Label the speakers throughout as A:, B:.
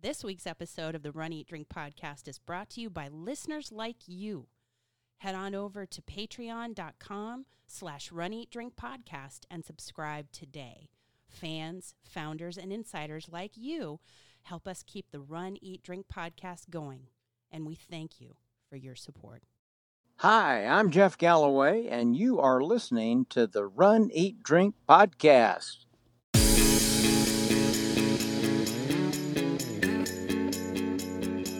A: This week's episode of the Run Eat Drink podcast is brought to you by listeners like you. Head on over to patreon.com slash run eat drink podcast and subscribe today. Fans, founders, and insiders like you help us keep the Run Eat Drink podcast going. And we thank you for your support.
B: Hi, I'm Jeff Galloway, and you are listening to the Run, Eat, Drink podcast.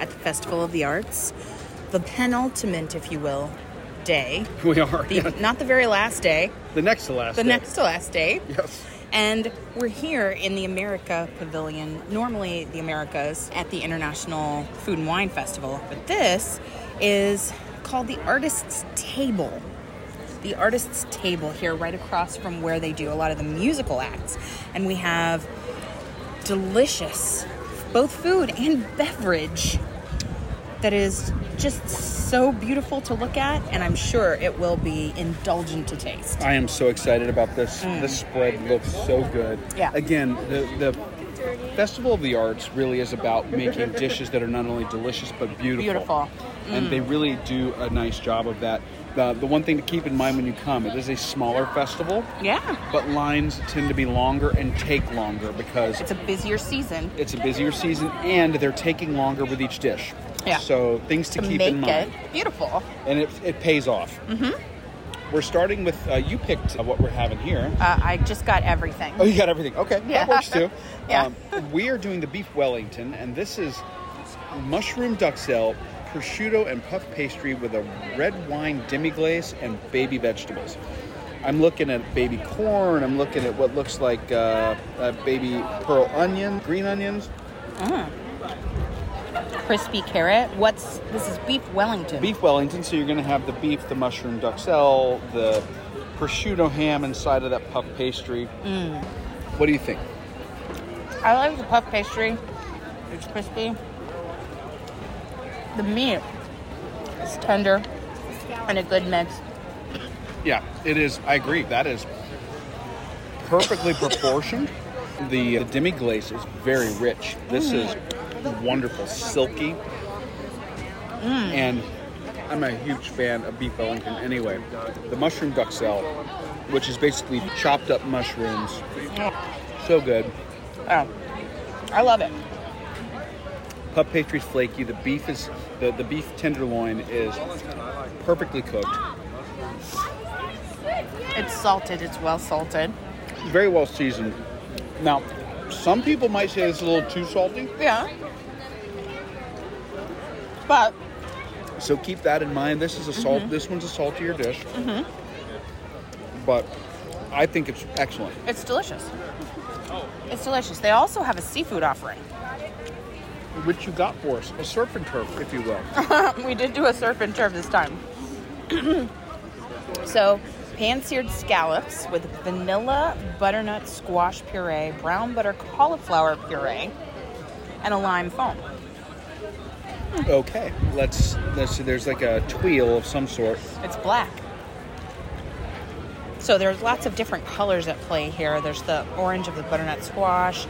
C: at the Festival of the Arts, the penultimate, if you will, day.
D: We are.
C: The,
D: yeah.
C: Not the very last day,
D: The next to last.
C: the
D: day.
C: next to last day.
D: Yes.
C: And we're here in the America Pavilion, normally the Americas, at the International Food and Wine Festival. But this is called the Artist's Table. The Artist's Table here, right across from where they do a lot of the musical acts. And we have delicious, both food and beverage, that is just so beautiful to look at. And I'm sure it will be indulgent to taste.
D: I am so excited about this. This spread looks so good.
C: Mm. Yeah.
D: Again, the, the Festival of the Arts really is about making dishes that are not only delicious but beautiful.
C: Beautiful. Mm.
D: And they really do a nice job of that. The, the one thing to keep in mind when you come, it is a smaller festival.
C: Yeah.
D: But lines tend to be longer and take longer because
C: It's a busier season.
D: it's a busier season and they're taking longer with each dish.
C: Yeah.
D: So things to,
C: to
D: keep
C: make
D: in mind.
C: it beautiful.
D: and it, it pays off. Mm-hmm. We're starting with uh, you picked uh, what we're having here.
C: Uh, I just got everything.
D: Oh, you got everything. Okay,
C: Yeah.
D: that works too.
C: Yeah.
D: Um, we are doing the beef Wellington, and this is mushroom duxelle, prosciutto, and puff pastry with a red wine demi glaze and baby vegetables. I'm looking at baby corn. I'm looking at what looks like uh, uh, baby pearl onion, green onions,
C: Crispy carrot. What's this? Is beef Wellington?
D: beef Wellington. So you're going to have the beef, the mushroom duxelle, the prosciutto ham inside of that puff pastry.
C: Mm.
D: What do you think?
C: I like the puff pastry. It's crispy. The meat is tender and a good mix.
D: Yeah, it is. I agree. That is perfectly proportioned. The, the demi glace is very rich. This is wonderful, silky, and I'm a huge fan of beef Wellington. Anyway, the mushroom duxelle, which is basically chopped up mushrooms, so good.
C: Oh, I love it.
D: Pup pastry's flaky. The beef is the, the beef tenderloin is perfectly cooked,
C: It's salted. It's well salted.
D: very well seasoned. Now, some people might say it's a little too salty,
C: Yeah. But
D: so keep that in mind. This is a salt.
C: Mm-hmm.
D: This one's a saltier dish, but I think it's excellent.
C: it's delicious. It's delicious. They also have a seafood offering.
D: Which you got for us a surf and turf, if you will.
C: we did do a surf and turf this time. so, pan seared scallops with vanilla, butternut squash puree, brown butter cauliflower puree, and a lime foam.
D: okay, let's let's see. There's like a tweel of some sort.
C: It's black. So, there's lots of different colors at play here. There's the orange of the butternut squash,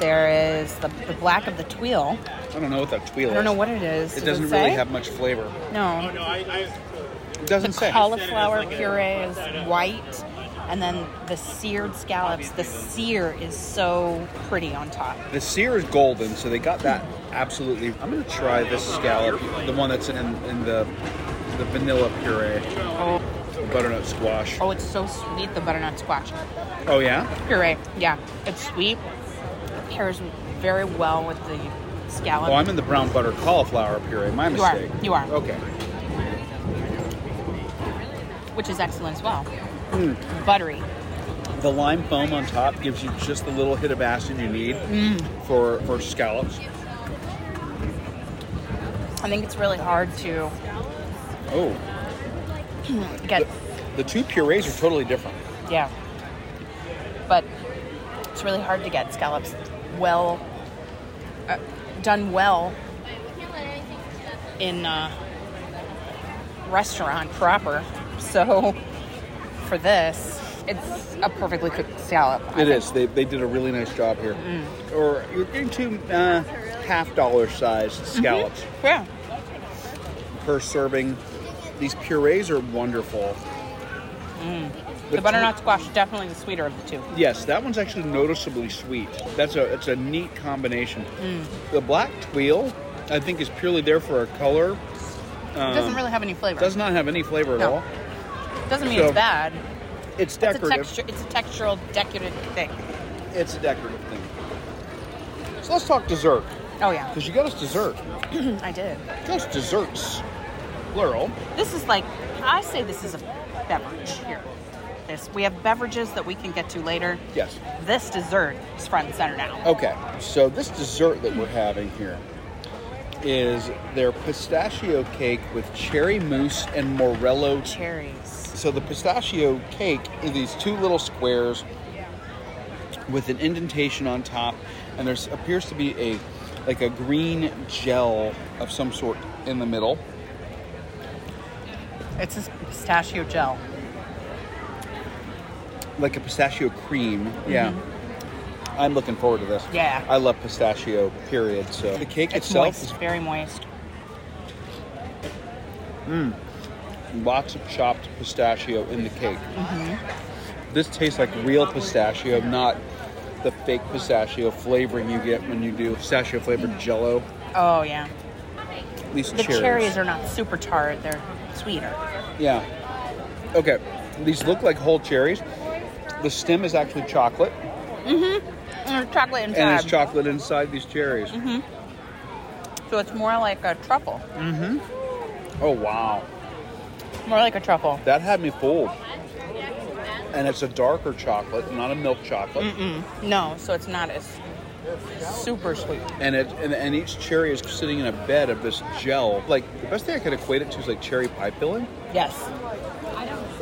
C: there is the, the black of the tweel.
D: I don't know what that tweel is.
C: I don't know what it is.
D: It
C: Does
D: doesn't
C: say?
D: really have much flavor.
C: No.
D: It doesn't
C: the
D: say.
C: cauliflower puree is white and then the seared scallops the sear is so pretty on top
D: The sear is golden, so they got that absolutely. I'm gonna try this scallop, the one that's in, in the the vanilla puree,
C: oh,
D: the butternut squash.
C: oh it's so sweet the butternut squash
D: Oh yeah,
C: puree yeah it's sweet it pairs very well with the scallop
D: oh I'm in the brown butter cauliflower puree. My
C: You are.
D: mistake.
C: You are.
D: Okay.
C: which is excellent as well buttery
D: The lime foam on
C: Mm.
D: top gives you just the little hit of acid you need for for scallops.
C: I think it's really hard to
D: Oh,
C: get,
D: the two purees are totally different.
C: yeah. But it's really hard to get scallops well, uh, done well in a restaurant proper. So for this, it's a perfectly cooked scallop. I
D: It
C: think.
D: is. They, they did a really nice job here.
C: Mm.
D: Or you're getting two uh, half dollar sized
C: Mm-hmm.
D: scallops
C: Yeah.
D: per serving. These purees are wonderful.
C: Mm. The butternut squash is definitely the sweeter of the two.
D: Yes, that one's actually noticeably sweet. That's a it's a neat combination.
C: Mm.
D: The black tweel, I think, is purely there for a color. Uh,
C: it doesn't really have any flavor.
D: Does not have any flavor at
C: No.
D: all.
C: Doesn't mean
D: so-
C: it's bad.
D: It's
C: It's a
D: decorative.
C: texture. It's a textural, decorative thing.
D: It's a decorative thing. So let's talk dessert
C: Oh yeah,
D: because you got us dessert.
C: I did.
D: You got us desserts, plural.
C: This is like I say this is a beverage here. This we have beverages that we can get to later.
D: Yes.
C: This dessert is front and center now.
D: Okay, so this dessert that we're having here is their pistachio cake with cherry mousse and morello.
C: Cherries.
D: So the pistachio cake is these two little squares with an indentation on top, and there appears to be a like a green gel of some sort in the middle.
C: It's this pistachio gel.
D: like a pistachio cream. Yeah. I'm looking forward to this.
C: Yeah.
D: I love pistachio, period. So the cake
C: It's
D: itself
C: moist, very moist.
D: is lots of chopped pistachio in the cake. This tastes like real pistachio, not the fake pistachio flavoring you get when you do pistachio flavored jello.
C: Oh yeah.
D: At least
C: The cherries. are not super tart. They're sweeter.
D: Yeah. Okay. These look like whole cherries. The stem is actually chocolate,
C: And there's Mm, chocolate inside.
D: and it's chocolate inside these cherries.
C: Mm-hmm. so it's more like a truffle.
D: Oh wow.
C: More like a truffle.
D: That had me fooled. And it's a darker chocolate, not a milk chocolate.
C: No, so it's not as super sweet.
D: And it and, and each cherry is sitting in a bed of this gel. Like the best thing I could equate it to is like cherry pie filling.
C: Yes.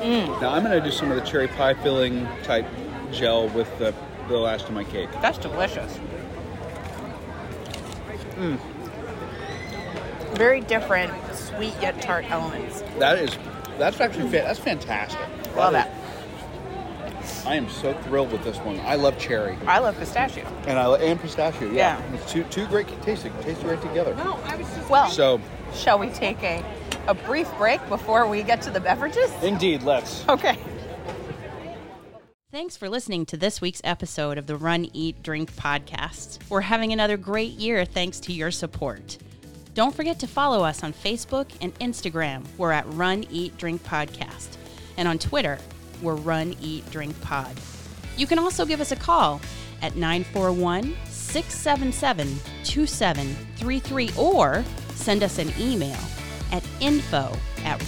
D: Now I'm gonna do some of the cherry pie filling type gel with the the last of my cake.
C: That's delicious. Mm. Very different, sweet yet tart elements.
D: That is that's actually fa- that's fantastic.
C: Love
D: That
C: it.
D: is- I am so thrilled with this one. I love cherry
C: I love pistachio.
D: and I lo- and pistachio. Yeah,
C: Yeah. Oh.
D: it's two two great tasting taste right together.
C: Well,
D: So
C: shall we take a, a brief break before we get to the beverages?
D: indeed, let's.
C: Okay.
A: Thanks for listening to this week's episode of the Run, Eat, Drink podcast. We're having another great year thanks to your support. Don't forget to follow us on Facebook and Instagram. We're at Run, Eat, Drink Podcast. And on Twitter, we're Run, Eat, Drink Pod. You can also give us a call at 941 677 2733 or send us an email at info at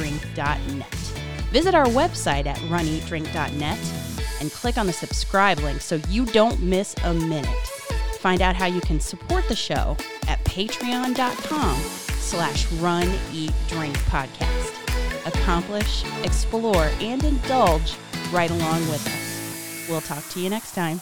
A: runeatdrink.net. Visit our website at runeatdrink.net and click on the subscribe link so you don't miss a minute. Find out how you can support the show at patreon.com slash run eat drink podcast. Accomplish, explore, and indulge right along with us. We'll talk to you next time.